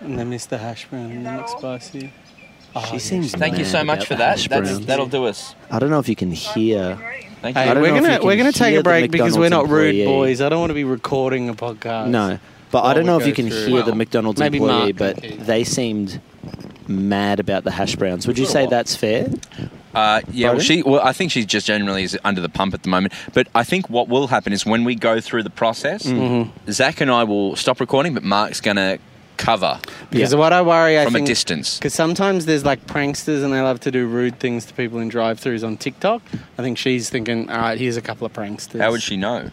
Speaker 4: And they missed the hash brown and Oh, the McSpicy.
Speaker 5: she seems.
Speaker 3: Thank you
Speaker 5: mad
Speaker 3: so much
Speaker 5: about
Speaker 3: for
Speaker 5: the
Speaker 3: that.
Speaker 5: hash
Speaker 3: That's,
Speaker 5: brown.
Speaker 3: that'll do us.
Speaker 5: I don't know if you can hear.
Speaker 3: Thank you.
Speaker 4: Hey,
Speaker 5: I don't
Speaker 4: we're
Speaker 5: know if
Speaker 4: gonna
Speaker 5: you can
Speaker 4: we're gonna take
Speaker 5: hear
Speaker 4: a
Speaker 5: the
Speaker 4: break because
Speaker 5: McDonald's
Speaker 4: we're not rude
Speaker 5: employee.
Speaker 4: boys. I don't want to be recording a podcast.
Speaker 5: No, but I
Speaker 4: While
Speaker 5: don't
Speaker 4: we
Speaker 5: know
Speaker 4: go
Speaker 5: if you can
Speaker 4: through-
Speaker 5: hear the
Speaker 4: Well,
Speaker 5: McDonald's
Speaker 4: maybe
Speaker 5: employee,
Speaker 4: Mark.
Speaker 5: but they seemed mad about the hash browns. Would you say that's fair?
Speaker 3: Uh, yeah, well,
Speaker 5: Pardon?
Speaker 3: she. Well, I think she just generally is under the pump at the moment. But I think what will happen is when we go through the process,
Speaker 5: Mm-hmm.
Speaker 3: Zach and I will stop recording, but Mark's going to cover
Speaker 4: because
Speaker 5: Yeah.
Speaker 4: what I worry, I
Speaker 3: from a
Speaker 4: think,
Speaker 3: distance.
Speaker 4: because sometimes there's like pranksters and they love to do rude things to people in drive-throughs on TikTok. I think she's thinking, all right, here's a couple of pranksters.
Speaker 3: How would she know?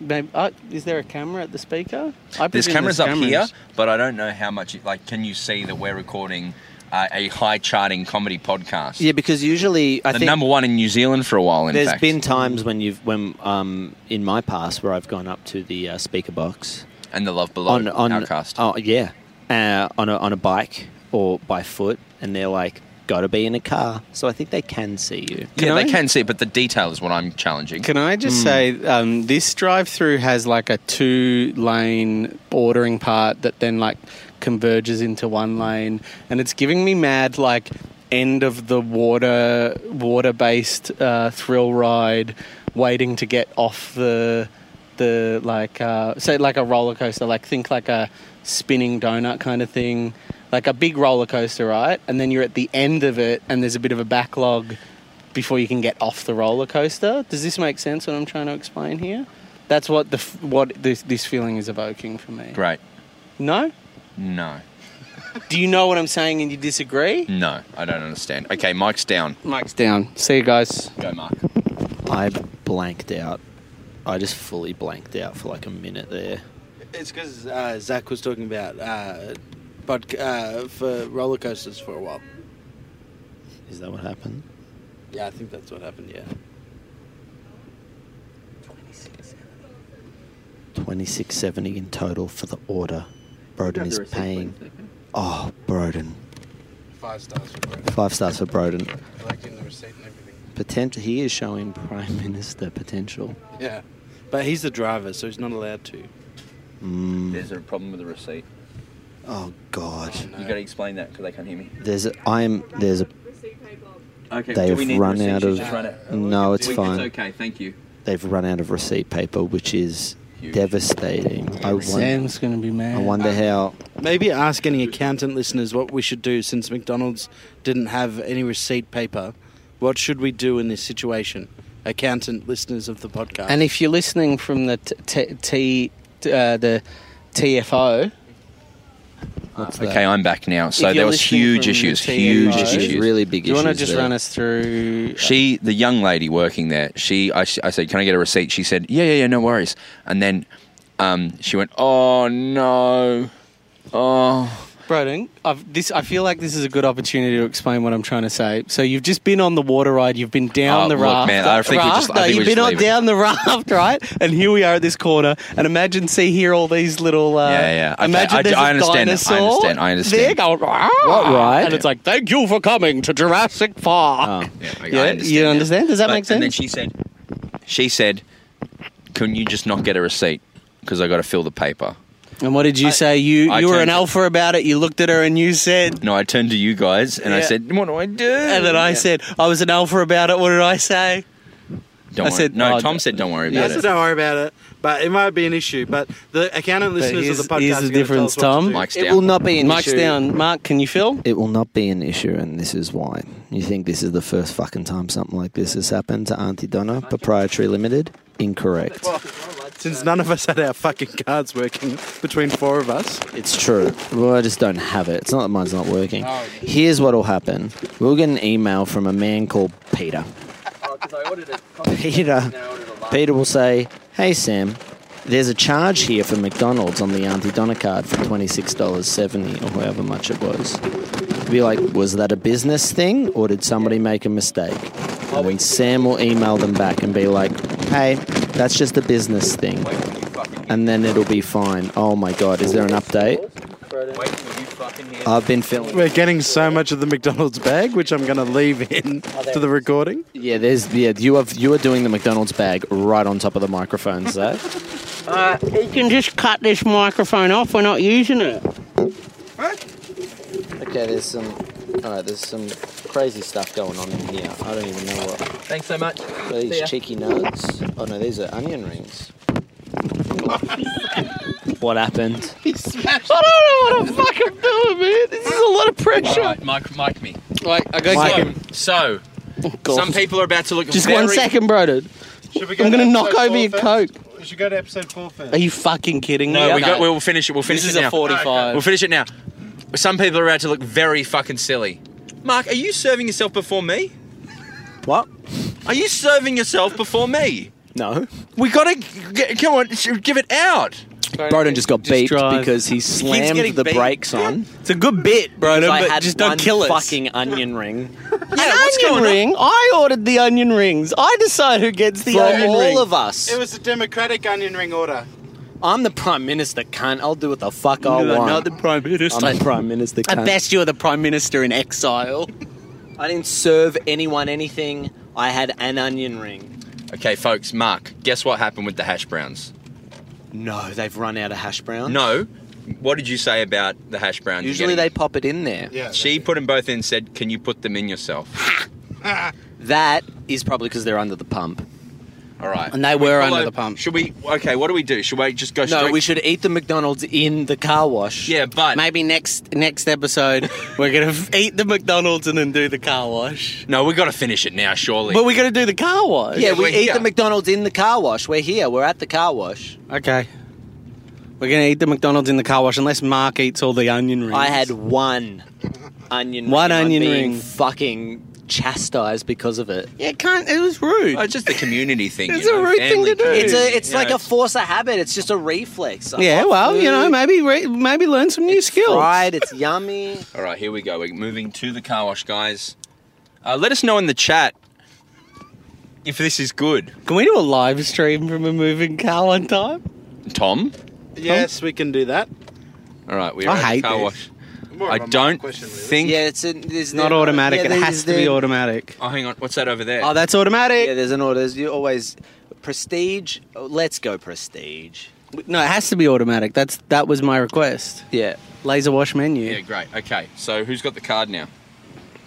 Speaker 4: Maybe, uh, is there a camera at the speaker? I
Speaker 3: There's
Speaker 4: presume
Speaker 3: cameras up here,
Speaker 4: cameras.
Speaker 3: but I don't know how much. It, like, can you see that we're recording uh, a high charting comedy podcast?
Speaker 5: Yeah, because usually I
Speaker 3: the
Speaker 5: think
Speaker 3: number one in New Zealand for a while. In
Speaker 5: there's
Speaker 3: fact,
Speaker 5: been times when you've when um in my past where I've gone up to the uh, speaker box
Speaker 3: and the Love Below
Speaker 5: on on
Speaker 3: outcast.
Speaker 5: oh yeah uh, on a on a bike or by foot, and they're like, got to be in a car, so I think they can see you.
Speaker 3: yeah,
Speaker 4: I-
Speaker 3: they can see it, but the detail is what I'm challenging.
Speaker 4: Can I just say um, this drive-through has like a two-lane ordering part that then like converges into one lane, and it's giving me mad like end of the water water-based uh, thrill ride, waiting to get off the the like uh, say like a roller coaster, like think like a spinning donut kind of thing. Like a big roller coaster, right? And then you're at the end of it, and there's a bit of a backlog before you can get off the roller coaster. Does this make sense? What I'm trying to explain here. That's what the f- what this this feeling is evoking for me.
Speaker 3: Great.
Speaker 4: No.
Speaker 3: No.
Speaker 4: Do you know what I'm saying and you disagree?
Speaker 5: Mm.
Speaker 3: No, I don't understand. Okay, Mike's down.
Speaker 4: Mike's down. See you guys.
Speaker 3: Go, Mark.
Speaker 5: I blanked out. I just fully blanked out for like a minute there.
Speaker 1: It's because uh, Zach was talking about uh, pod- uh, for roller coasters for a while.
Speaker 5: Is that what happened?
Speaker 1: Yeah, I think that's what happened. Yeah.
Speaker 5: 2670 in total for the order. Broden is paying. Oh, Broden.
Speaker 1: Five stars for it.
Speaker 5: Five stars for Broden.
Speaker 1: Collecting the receipt and everything.
Speaker 5: Potential. He is showing Prime *laughs* Minister potential.
Speaker 1: Yeah, but he's the driver, so he's not allowed to.
Speaker 3: There's a problem with the receipt.
Speaker 5: Mm. Oh God.
Speaker 3: you got to explain that because they can't hear me.
Speaker 5: There's. A, I'm. There's a.
Speaker 3: Okay,
Speaker 5: They've run out of. No, it's
Speaker 3: We-
Speaker 5: fine.
Speaker 3: okay, thank you.
Speaker 5: They've run out of receipt paper, which is
Speaker 3: Huge.
Speaker 5: devastating. I won-
Speaker 4: Sam's gonna be mad.
Speaker 5: I wonder how.
Speaker 1: Maybe ask any accountant listeners what we should do since McDonald's didn't have any receipt paper. What should we do in this situation? Accountant listeners of the podcast.
Speaker 4: And if you're listening from the t- t- t- t- uh, the TFO,
Speaker 5: What's that?
Speaker 3: Okay, I'm back now. So
Speaker 4: If
Speaker 3: there
Speaker 4: you're
Speaker 3: was
Speaker 4: listening
Speaker 3: huge
Speaker 4: from the
Speaker 3: issues,
Speaker 4: TFO,
Speaker 3: huge
Speaker 4: Huge
Speaker 3: issues.
Speaker 5: Really big
Speaker 4: do you want to
Speaker 5: issues
Speaker 4: just
Speaker 5: there.
Speaker 4: run us through?
Speaker 3: She, the young lady working there, she, I, I said, "Can I get a receipt?" She said, "Yeah, yeah, yeah, no worries." And then um, she went, "Oh no, oh."
Speaker 4: Broden, I've, this I feel like this is a good opportunity to explain what I'm trying to say. So you've just been on the water ride, you've been down
Speaker 3: Oh,
Speaker 4: the
Speaker 3: look,
Speaker 4: raft,
Speaker 3: man, I think we
Speaker 4: raft,
Speaker 3: just- I
Speaker 4: no,
Speaker 3: think we
Speaker 4: you've
Speaker 3: just
Speaker 4: been on
Speaker 3: leave it.
Speaker 4: down the *laughs* raft, right? And here we are at this corner, and imagine see here all these little, uh,
Speaker 3: Yeah, yeah. Okay,
Speaker 4: Imagine
Speaker 3: I-
Speaker 4: there's
Speaker 3: I
Speaker 4: a
Speaker 3: understand it. I
Speaker 4: dinosaur.
Speaker 3: understand, I understand.
Speaker 4: They're going, "Rah!"
Speaker 5: What ride?
Speaker 4: and it's like, thank you for coming to Jurassic Park.
Speaker 3: Yeah, Oh, I- I
Speaker 4: Yeah, you
Speaker 3: now.
Speaker 4: understand? Does that
Speaker 3: But-
Speaker 4: make
Speaker 3: And then
Speaker 4: sense?
Speaker 3: she said, "She said, can you just not get a receipt because I got to fill the paper."
Speaker 4: And what did you say? You
Speaker 3: I
Speaker 4: you were
Speaker 3: turned
Speaker 4: an
Speaker 3: to-
Speaker 4: alpha about it. You looked at her and you said,
Speaker 3: No, I turned to you guys and I
Speaker 4: Yeah.
Speaker 3: said, "What do I do?"
Speaker 4: and then I said, I was an alpha about it. What did I say?
Speaker 3: Don't
Speaker 4: I
Speaker 3: worry.
Speaker 4: said,
Speaker 3: no.
Speaker 4: "Oh,
Speaker 3: Tom
Speaker 4: d-
Speaker 3: said, "Don't worry
Speaker 1: Yeah,
Speaker 3: about
Speaker 1: so
Speaker 3: it."
Speaker 1: don't worry about it. But it might be an issue. But the accountant listeners
Speaker 4: here's-
Speaker 1: of the podcast
Speaker 4: here's the
Speaker 1: are gonna tell us
Speaker 4: difference,
Speaker 1: what to
Speaker 4: Tom.
Speaker 1: do.
Speaker 3: Mike's
Speaker 5: It
Speaker 3: down.
Speaker 5: will not be an
Speaker 4: Mike's
Speaker 5: issue.
Speaker 4: down. Mark, can you fill?
Speaker 5: It will not be an issue, and this is why. You think this is the first fucking time something like this has happened to Auntie Donna Proprietary Limited? Incorrect.
Speaker 1: Since none of us had our fucking cards working between four of us.
Speaker 5: It's true. Well, I just don't have it. It's not that mine's not working. Here's what will happen we'll get an email from a man called Peter. Peter, Peter will say, "Hey Sam, there's a charge here for McDonald's on the Auntie Donna card for twenty six dollars seventy or however much it was." Be like, was that a business thing or did somebody make a mistake? And then Sam will email them back and be like, "Hey, that's just a business thing," and then it'll be fine. Oh my God, is there an update?
Speaker 4: Uh,
Speaker 5: I've been filming.
Speaker 1: We're getting so much of the McDonald's bag, which I'm going to leave in
Speaker 4: Oh,
Speaker 1: to the recording.
Speaker 5: Yeah, there's yeah. You have you are doing the McDonald's bag right on top of the microphone, Zach.
Speaker 4: You can just cut this microphone off. We're not using it.
Speaker 5: *laughs* Okay, there's some. All right, there's some crazy stuff going on in here. I don't even know what.
Speaker 3: Thanks so much.
Speaker 5: What are these cheeky nuts? Oh no, these are onion *laughs* rings. what happened?
Speaker 4: I don't know what I'm fucking doing, man. This is a lot of pressure.
Speaker 3: All right, Mike, Mike me.
Speaker 4: Like, I go
Speaker 3: So,
Speaker 4: get
Speaker 3: so some people are about to look.
Speaker 4: Just
Speaker 3: very,
Speaker 4: one second, Broden. I'm gonna knock over your coke.
Speaker 1: We should go to episode four first.
Speaker 4: Are you fucking kidding
Speaker 3: No,
Speaker 4: me?
Speaker 3: we got, we'll finish it. We'll finish
Speaker 4: this is
Speaker 3: it now.
Speaker 4: a 45.
Speaker 3: We'll finish it now. Some people are about to look very fucking silly. Mark, are you serving yourself before me?
Speaker 5: What?
Speaker 3: Are you serving yourself before me?
Speaker 5: No.
Speaker 3: We gotta get, come on, sh- give it out.
Speaker 5: Broden just got beeped
Speaker 4: drive.
Speaker 5: because he
Speaker 3: He's
Speaker 5: slammed
Speaker 3: getting
Speaker 5: the
Speaker 3: beeped.
Speaker 5: brakes on.
Speaker 4: It's a good bit, Broden,
Speaker 5: 'cause I
Speaker 4: but
Speaker 5: had
Speaker 4: just don't
Speaker 5: one
Speaker 4: kill us.
Speaker 5: Fucking onion *laughs* ring.
Speaker 4: An onion ring. I ordered the onion rings. I decide who gets the
Speaker 5: For
Speaker 4: onion
Speaker 5: all
Speaker 4: ring.
Speaker 5: of us.
Speaker 1: was a democratic onion ring order.
Speaker 5: I'm the prime minister, cunt. I'll do what the fuck I
Speaker 4: You are
Speaker 5: want.
Speaker 4: not the prime minister.
Speaker 5: I'm the prime minister,
Speaker 4: At
Speaker 5: cunt.
Speaker 4: best, you're the prime minister in exile.
Speaker 5: I didn't serve anyone anything. I had an onion ring.
Speaker 3: Okay, folks, Mark, guess what happened with the hash browns?
Speaker 5: No, they've run out of hash brown.
Speaker 3: No. What did you say about the hash browns?
Speaker 5: Usually they
Speaker 3: getting-
Speaker 5: pop it in there.
Speaker 6: Yeah.
Speaker 3: She put them both in and said, Can you put them in yourself?
Speaker 5: That is probably because they're under the pump.
Speaker 3: All right.
Speaker 4: And they were under
Speaker 3: Hello,
Speaker 4: the pump.
Speaker 3: Should we. Okay, what do we do? Should we just go straight?
Speaker 5: No, we should eat the McDonald's in the car wash.
Speaker 3: Yeah, but.
Speaker 4: Maybe next next
Speaker 5: *laughs*
Speaker 4: episode we're gonna f- eat the McDonald's and then do the car wash.
Speaker 3: No, we got to finish it now, surely.
Speaker 4: But we gotta do the car wash.
Speaker 5: Yeah, we
Speaker 3: We're
Speaker 5: eat
Speaker 3: here.
Speaker 5: the McDonald's in the car wash. We're here. We're at the car wash.
Speaker 4: Okay. We're gonna eat the McDonald's in the car wash unless Mark eats all the onion rings.
Speaker 5: I had one onion ring.
Speaker 4: One
Speaker 5: and I'm
Speaker 4: onion
Speaker 5: being
Speaker 4: ring.
Speaker 5: Fucking chastised because of it.
Speaker 4: Yeah, can't. It was rude.
Speaker 3: Oh, it's just a community thing.
Speaker 4: It's
Speaker 3: you
Speaker 4: a
Speaker 3: know,
Speaker 4: rude thing
Speaker 3: family
Speaker 4: to do.
Speaker 3: community.
Speaker 5: It's a, it's
Speaker 3: You
Speaker 5: like
Speaker 3: know,
Speaker 5: a force of habit. It's just a reflex. I
Speaker 4: yeah,
Speaker 5: love
Speaker 4: well, you know,
Speaker 5: food.
Speaker 4: maybe re- maybe learn some new skills.
Speaker 5: Fried.
Speaker 4: *laughs*
Speaker 5: It's yummy.
Speaker 3: All right, here we go. We're moving to the car wash, guys. Uh, let us know in the chat if this is good.
Speaker 4: Can we do a live stream from a moving car one time?
Speaker 3: Tom?
Speaker 1: Yes, we can do that.
Speaker 3: All right, we're
Speaker 4: I
Speaker 3: at the
Speaker 4: hate
Speaker 3: car
Speaker 4: this.
Speaker 3: wash.
Speaker 1: More of
Speaker 3: I
Speaker 1: a Mark
Speaker 3: don't
Speaker 1: question, really.
Speaker 3: think.
Speaker 5: Yeah, it's in, there's
Speaker 4: It's not
Speaker 5: no-
Speaker 4: automatic.
Speaker 5: yeah,
Speaker 4: it
Speaker 5: there's-
Speaker 4: has to
Speaker 5: there-
Speaker 4: be automatic.
Speaker 3: Oh, hang on. What's that over there?
Speaker 4: Oh, that's automatic.
Speaker 5: Yeah, there's an order. There's- You always prestige. oh, Let's go prestige.
Speaker 4: No, it has to be automatic. That's that was my request.
Speaker 5: Yeah,
Speaker 4: Laser wash menu.
Speaker 3: yeah, great. Okay, so who's got the card now?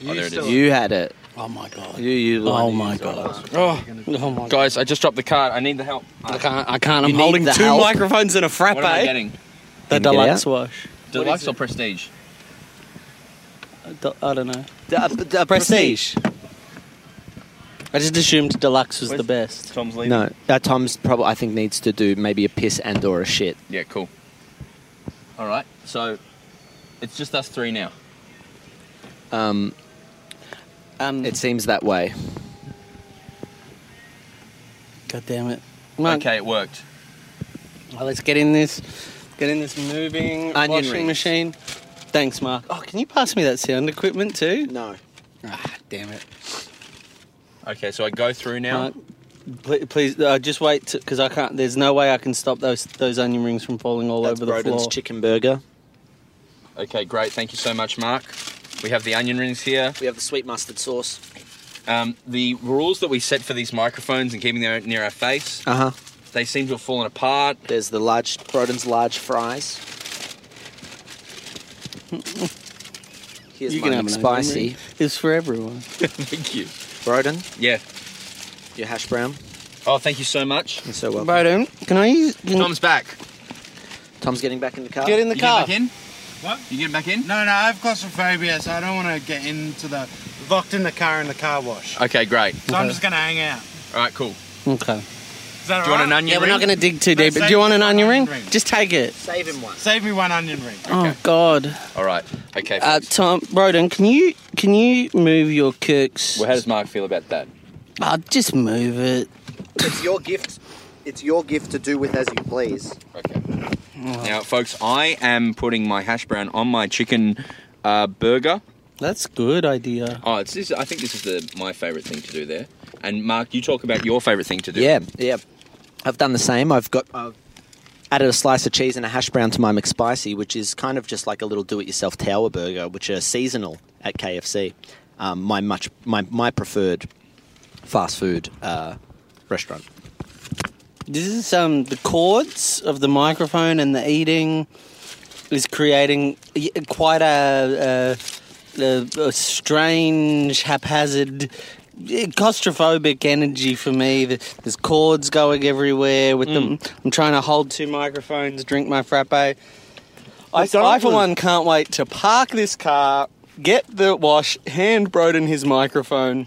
Speaker 3: oh, there it is.
Speaker 5: you had it.
Speaker 4: Oh my god.
Speaker 5: You you.
Speaker 4: Oh
Speaker 5: you-
Speaker 4: my god. Oh, oh my god.
Speaker 3: Guys, I just dropped the card. I need the help.
Speaker 4: I can't. I can't.
Speaker 5: You
Speaker 4: I'm
Speaker 5: need
Speaker 4: holding two
Speaker 5: the help?
Speaker 4: microphones and a frappe.
Speaker 3: What am I getting?
Speaker 4: The
Speaker 5: Can you get
Speaker 4: deluxe
Speaker 5: out?
Speaker 4: wash.
Speaker 3: Deluxe or prestige?
Speaker 4: Del- I don't know.
Speaker 5: D- uh, d- uh, prestige.
Speaker 4: I just assumed deluxe was the
Speaker 3: Where's-
Speaker 4: best.
Speaker 3: Tom's leaving.
Speaker 5: No, uh, Tom's probably I think needs to do maybe a piss and or a shit.
Speaker 3: Yeah, cool. All right, so it's just us three now.
Speaker 5: Um,
Speaker 4: Um,
Speaker 5: it seems that way.
Speaker 4: god damn it. Mark,
Speaker 3: Okay, it worked.
Speaker 4: Well, Oh, let's get in this, get in this moving
Speaker 5: Onion
Speaker 4: washing
Speaker 5: rings.
Speaker 4: machine. Thanks, Mark. Oh, can you pass me that sound equipment too?
Speaker 5: No.
Speaker 4: Ah, damn it,
Speaker 3: Okay, so I go through now.
Speaker 4: Mark. pl- Please, uh, just wait because I can't. There's no way I can stop those those onion rings from falling all
Speaker 5: That's
Speaker 4: over the
Speaker 5: Broden's
Speaker 4: floor.
Speaker 5: chicken burger.
Speaker 3: Okay, great. Thank you so much, Mark. We have the onion rings here.
Speaker 5: We have the sweet mustard sauce.
Speaker 3: Um, the rules that we set for these microphones and keeping them near our face,
Speaker 5: Uh huh.
Speaker 3: they seem to have fallen
Speaker 4: *laughs*
Speaker 3: apart.
Speaker 5: There's the large Broden's large fries. Here's
Speaker 4: you
Speaker 5: my
Speaker 4: can have an onion
Speaker 5: spicy.
Speaker 4: ring. It's for everyone.
Speaker 3: Thank you.
Speaker 5: Broden,
Speaker 3: Yeah.
Speaker 5: your hash brown.
Speaker 3: Oh, thank you so much.
Speaker 5: You're so welcome.
Speaker 4: Broden, can I use? Can
Speaker 3: Tom's back.
Speaker 5: Tom's getting back in the car.
Speaker 4: get in the
Speaker 3: you
Speaker 4: car?
Speaker 3: get back in?
Speaker 6: What?
Speaker 3: You get back in?
Speaker 6: No, no, I have claustrophobia, so I don't want to get into the locked in the car in the car wash.
Speaker 3: Okay, great.
Speaker 6: So I'm just gonna hang out.
Speaker 3: All right, cool.
Speaker 4: Okay.
Speaker 6: Is that
Speaker 3: Do you want
Speaker 6: alright?
Speaker 3: an onion
Speaker 4: Yeah, we're
Speaker 3: ring?
Speaker 4: not going to dig too
Speaker 6: No,
Speaker 4: deep. but
Speaker 6: save
Speaker 4: Do you
Speaker 6: me
Speaker 4: want an
Speaker 6: one
Speaker 4: onion ring?
Speaker 6: onion ring.
Speaker 4: Just take it.
Speaker 5: Save him one.
Speaker 6: Save me one onion ring.
Speaker 4: Oh God,
Speaker 3: All right. Okay.
Speaker 4: uh,
Speaker 3: folks.
Speaker 4: Tom Broden, can you can you move your kicks?
Speaker 3: well, how does Mark feel about that?
Speaker 4: Ah, just move it.
Speaker 5: It's your gift. It's your gift to do with as you please.
Speaker 3: Okay.
Speaker 4: Oh.
Speaker 3: Now, folks, I am putting my hash brown on my chicken uh, burger.
Speaker 4: That's good idea.
Speaker 3: Oh, it's this, I think this is the my favourite thing to do there. And Mark, you talk about your favourite thing to do.
Speaker 5: Yeah, yeah. I've done the same. I've got I've added a slice of cheese and a hash brown to my McSpicy, which is kind of just like a little do-it-yourself tower burger, which are seasonal at KFC. Um, my much my my preferred fast food uh, restaurant.
Speaker 4: This is um the cords of the microphone and the eating is creating y- quite a, a, a, a strange, haphazard, eh, claustrophobic energy for me. Th- There's cords going everywhere with them. I'm trying to hold two microphones, drink my frappe. I, I for one can't wait to park this car, get the wash, hand Broden his microphone.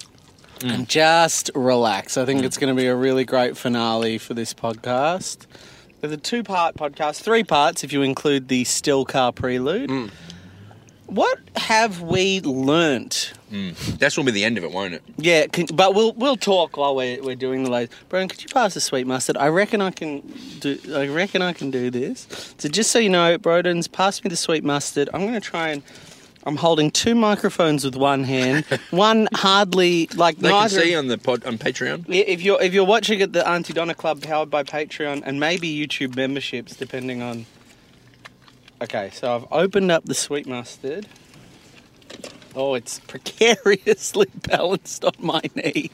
Speaker 4: And just relax. I think it's going to be a really great finale for this podcast. There's a two part podcast, three parts if you include the still car prelude.
Speaker 3: Mm.
Speaker 4: What have we learnt?
Speaker 3: That's will be the end of it, won't it?
Speaker 4: Yeah, can, but we'll we'll talk while we're, we're doing the laser. Brian, could you pass the sweet mustard? I reckon I can do. I reckon I can do this. So just so you know, Broden's passed me the sweet mustard. I'm going to try and. I'm holding two microphones with
Speaker 3: *laughs*
Speaker 4: one hand, one hardly like
Speaker 3: They
Speaker 4: neither.
Speaker 3: can see on the pod on Patreon.
Speaker 4: Yeah, if you're if you're watching at the Auntie Donna Club, powered by Patreon and maybe YouTube memberships, depending on. Okay, so I've opened up the sweet mustard. *laughs*
Speaker 5: Oh, it's precariously balanced on my knee.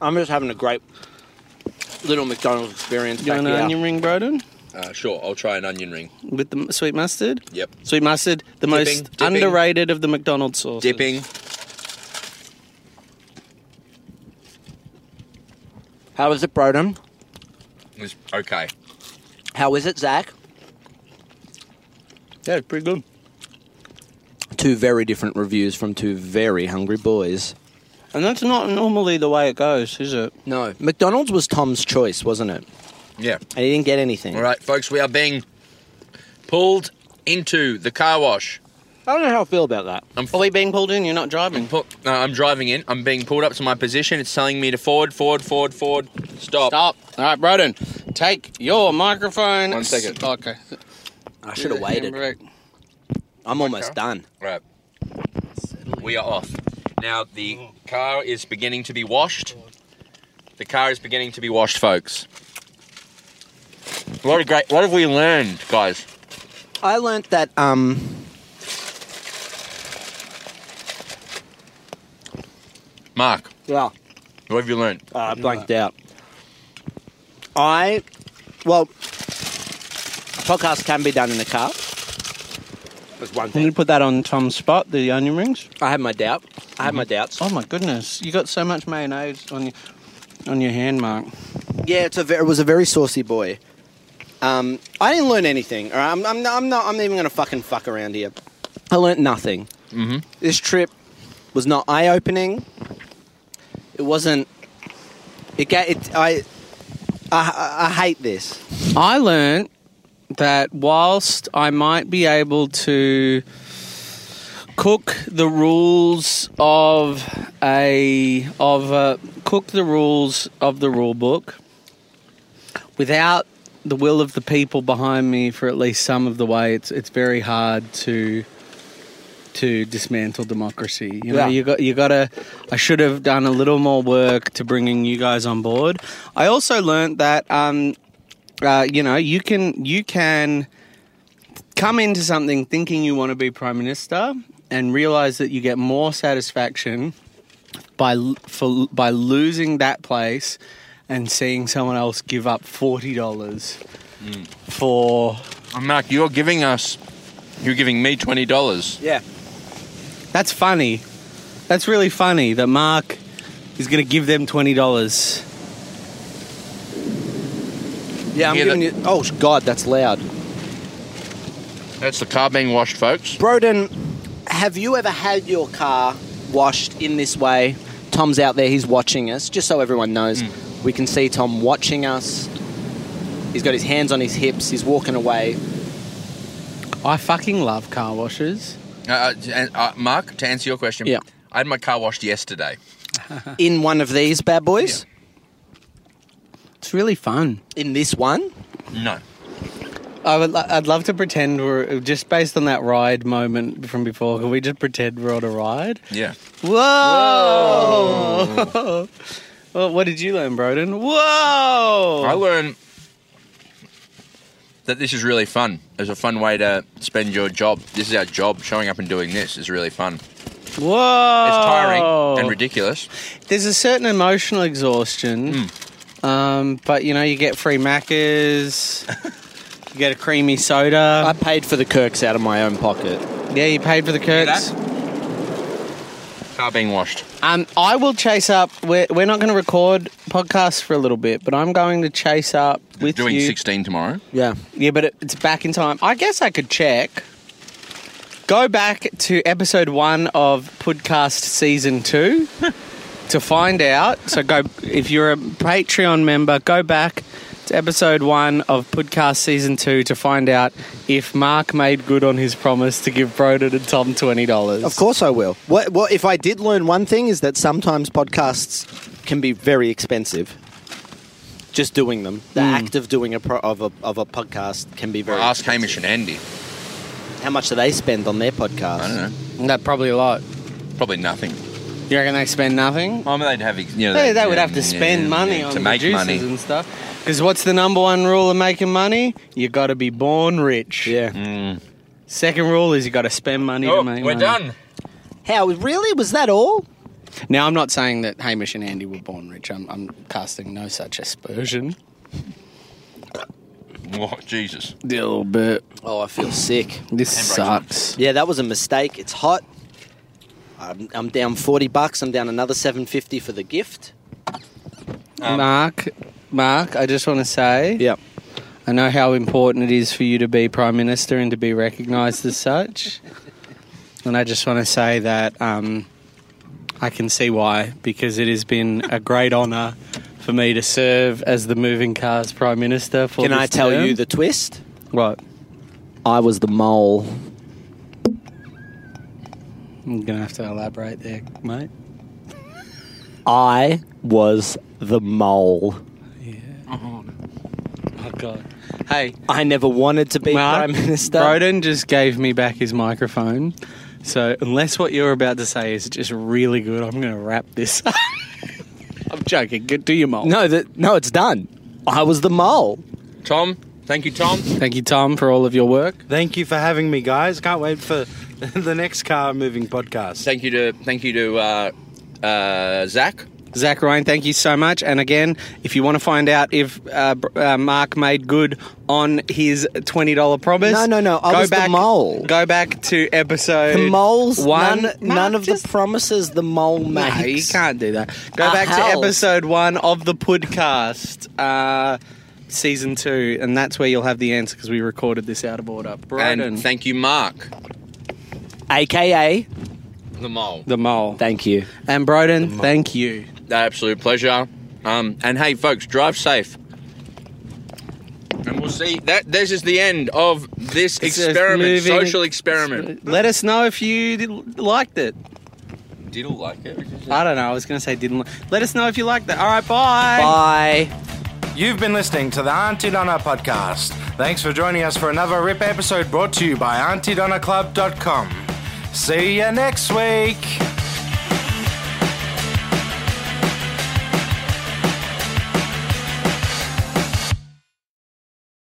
Speaker 5: I'm just having a great little McDonald's experience
Speaker 4: You
Speaker 5: back
Speaker 4: want an
Speaker 5: here.
Speaker 4: onion ring, Broden?
Speaker 3: Uh, sure, I'll try an onion ring.
Speaker 4: With the m- sweet mustard?
Speaker 3: Yep.
Speaker 4: Sweet mustard, the most
Speaker 3: dipping.
Speaker 4: underrated of the McDonald's sauces.
Speaker 3: Dipping.
Speaker 5: How is it, Broden?
Speaker 3: It's okay.
Speaker 5: How is it, Zach?
Speaker 4: Yeah, it's pretty good.
Speaker 5: Two very different reviews from two very hungry boys.
Speaker 4: And that's not normally the way it goes, is it?
Speaker 5: No, McDonald's was Tom's choice, wasn't it?
Speaker 3: Yeah.
Speaker 5: And he didn't get anything.
Speaker 3: All right, folks, we are being pulled into the car wash.
Speaker 5: I don't know how I feel about that.
Speaker 4: Are we being pulled in? You're not
Speaker 3: I'm
Speaker 4: driving.
Speaker 3: pu- no, I'm driving in. I'm being pulled up to my position. It's telling me to forward, forward, forward, forward. Stop.
Speaker 4: Stop. All right, Broden, take your microphone.
Speaker 3: One second.
Speaker 4: Okay.
Speaker 5: I should have waited. I'm almost done.
Speaker 3: Right. We are off. Now the car is beginning to be washed. The car is beginning to be washed, folks. What a great what have we learned, guys?
Speaker 7: I learnt that um,
Speaker 3: Mark,
Speaker 5: Yeah.
Speaker 3: what have you learned?
Speaker 5: Uh, I blanked out.
Speaker 7: I
Speaker 5: Well, podcast can be done in the car. That's one
Speaker 4: Can you
Speaker 5: thing.
Speaker 4: put that on Tom's spot, the onion rings?
Speaker 5: I had my doubt. I had my doubts.
Speaker 4: Oh my goodness, you got so much mayonnaise on your on your hand, Mark.
Speaker 7: yeah, it's a ve- it was a very saucy boy. Um, I didn't learn anything. All right, I'm, I'm, not, I'm not. I'm not even gonna fucking fuck around here.
Speaker 5: I learnt nothing.
Speaker 7: This trip was not eye opening. It wasn't. It, ga- it I, I I hate this.
Speaker 4: I learned that whilst I might be able to cook the rules of a of a, cook the rules of the rule book without the will of the people behind me for at least some of the way it's it's very hard to to dismantle democracy you know
Speaker 5: Yeah.
Speaker 4: you got you got to I should have done a little more work to bringing you guys on board I also learned that um uh, you know you can you can come into something thinking you want to be prime minister and realize that you get more satisfaction by l- for, by losing that place and seeing someone else give up forty dollars for
Speaker 3: Oh, Mark, you're giving us you're giving me twenty dollars.
Speaker 5: Yeah.
Speaker 4: that's funny. That's really funny that Mark is going to give them twenty dollars.
Speaker 5: Yeah, I'm
Speaker 3: Yeah,
Speaker 5: giving
Speaker 3: that-
Speaker 5: you. Oh God, that's loud.
Speaker 3: That's the car being washed, folks.
Speaker 5: Broden, have you ever had your car washed in this way? Tom's out there. He's watching us. Just so everyone knows, we can see Tom watching us. He's got his hands on his hips. He's walking away.
Speaker 4: I fucking love car washes.
Speaker 3: Uh, Uh, and, uh, Mark, to answer your question,
Speaker 5: Yeah.
Speaker 3: I had my car washed yesterday.
Speaker 5: In one of these bad boys.
Speaker 4: It's really fun.
Speaker 5: In this one.
Speaker 3: No.
Speaker 4: I would, lo- I'd love to pretend we're just based on that ride moment from before. Can we just pretend we're on a ride?
Speaker 3: Yeah.
Speaker 4: Whoa! *laughs* well, what did you learn, Broden? Whoa!
Speaker 3: I learned that this is really fun. It's a fun way to spend your job. This is our job. Showing up and doing this is really fun. It's
Speaker 4: Whoa!
Speaker 3: tiring and ridiculous.
Speaker 4: There's a certain emotional exhaustion,
Speaker 3: Hmm.
Speaker 4: um, but you know you get free macas, you get a creamy
Speaker 5: I
Speaker 4: soda.
Speaker 5: paid for the Kirks out of my own pocket.
Speaker 4: yeah, you paid for the Kurtz.
Speaker 3: Car being washed.
Speaker 4: Um, I will chase up. We're, we're not going to record podcasts for a little bit, but I'm going to chase up with
Speaker 3: doing
Speaker 4: you.
Speaker 3: 16 tomorrow.
Speaker 5: Yeah.
Speaker 4: Yeah, but it, it's back in time. I guess I could check. Go back to episode one of podcast
Speaker 7: *laughs*
Speaker 4: season two to find out. So go if you're a Patreon member, go back to episode one of podcast season two to find out if Mark made good on his promise to give Broden and Tom twenty dollars.
Speaker 7: Of course I will. What, what if I did learn one thing is that sometimes podcasts can be very expensive. Just doing them, the act of doing a pro- of a of a podcast can be very.
Speaker 3: Ask Hamish and Andy.
Speaker 7: How much do they spend on their podcast?
Speaker 3: I don't know.
Speaker 4: that probably a lot.
Speaker 3: Probably nothing.
Speaker 4: You reckon they spend nothing?
Speaker 3: I mean, they'd have. You know,
Speaker 4: They,
Speaker 3: they'd-
Speaker 4: they would
Speaker 3: yeah,
Speaker 4: have to
Speaker 3: yeah,
Speaker 4: spend
Speaker 3: yeah,
Speaker 4: money
Speaker 3: yeah,
Speaker 4: on
Speaker 3: to make
Speaker 4: producers
Speaker 3: money.
Speaker 4: and stuff.
Speaker 5: Mm.
Speaker 4: Because what's the number one rule of making money? You got to be born rich.
Speaker 5: Yeah.
Speaker 4: Second rule is you got to spend money
Speaker 3: Oh,
Speaker 4: to make money.
Speaker 8: How really was that all?
Speaker 4: Now, I'm not saying that Hamish and Andy were born rich. I'm, I'm casting no such aspersion.
Speaker 3: Oh, Jesus.
Speaker 4: A little bit.
Speaker 5: Oh, I feel sick.
Speaker 4: This sucks.
Speaker 5: Yeah, that was a mistake. It's hot. I'm, I'm down 40 bucks. I'm down another 750 for the gift.
Speaker 4: Mark, Mark, I just want to say
Speaker 5: Yep.
Speaker 4: I know how important it is for you to be Prime Minister and to be recognised as such. And I just want to say that um, I can see why, because it has been a great honour for me to serve as the Moving Cars Prime Minister for
Speaker 5: Can I
Speaker 4: this
Speaker 5: tell
Speaker 4: term.
Speaker 5: you the twist?
Speaker 4: What?
Speaker 5: I was the mole.
Speaker 4: I'm going to have to elaborate there, mate.
Speaker 5: I was the mole.
Speaker 4: Oh, God. Hey,
Speaker 5: I never wanted to be
Speaker 4: Mark,
Speaker 5: prime minister.
Speaker 4: Broden just gave me back his microphone. So unless what you're about to say is just really good, I'm going to wrap this *laughs* up. I'm joking. Good- Do your mole.
Speaker 5: No, the, no, it's done. I was the mole.
Speaker 3: Tom. Thank you, Tom.
Speaker 4: Thank you, Tom, for all of your work.
Speaker 6: Thank you for having me, guys. Can't wait for *laughs* the next car moving podcast.
Speaker 3: thank you to thank you to uh, uh, Zach.
Speaker 4: Zach Ryan, thank you so much. And again, if you want to find out if uh, Br- uh, Mark made good on his twenty dollar promise,
Speaker 5: No, no, no, I was the
Speaker 4: back,
Speaker 5: mole.
Speaker 4: Go back to episode
Speaker 5: The moles.
Speaker 4: one.
Speaker 5: none, none of
Speaker 4: just-
Speaker 5: the promises the mole
Speaker 4: No,
Speaker 5: makes.
Speaker 4: you can't do that. Go
Speaker 5: Uh,
Speaker 4: back to
Speaker 5: how?
Speaker 4: episode one of the podcast, uh, season two, and that's where you'll have the answer because we recorded this out of order. Brandon,
Speaker 3: And thank you, Mark,
Speaker 5: AKA,
Speaker 3: the mole.
Speaker 4: the mole,
Speaker 5: thank you.
Speaker 4: and Broden, thank you.
Speaker 3: Absolute pleasure. Um, and hey, folks, drive safe. And we'll see. That this is the end of this
Speaker 4: It's a
Speaker 3: experiment,
Speaker 4: moving-
Speaker 3: social experiment.
Speaker 4: Let us know if you did- liked it.
Speaker 3: Diddle like it.
Speaker 4: I don't know. I was going to say didn't. Li- Let us know if you liked that. All right, bye.
Speaker 5: Bye.
Speaker 6: You've been listening to the Auntie Donna podcast. Thanks for joining us for another RIP episode brought to you by AuntieDonnaClub.com. See you next week.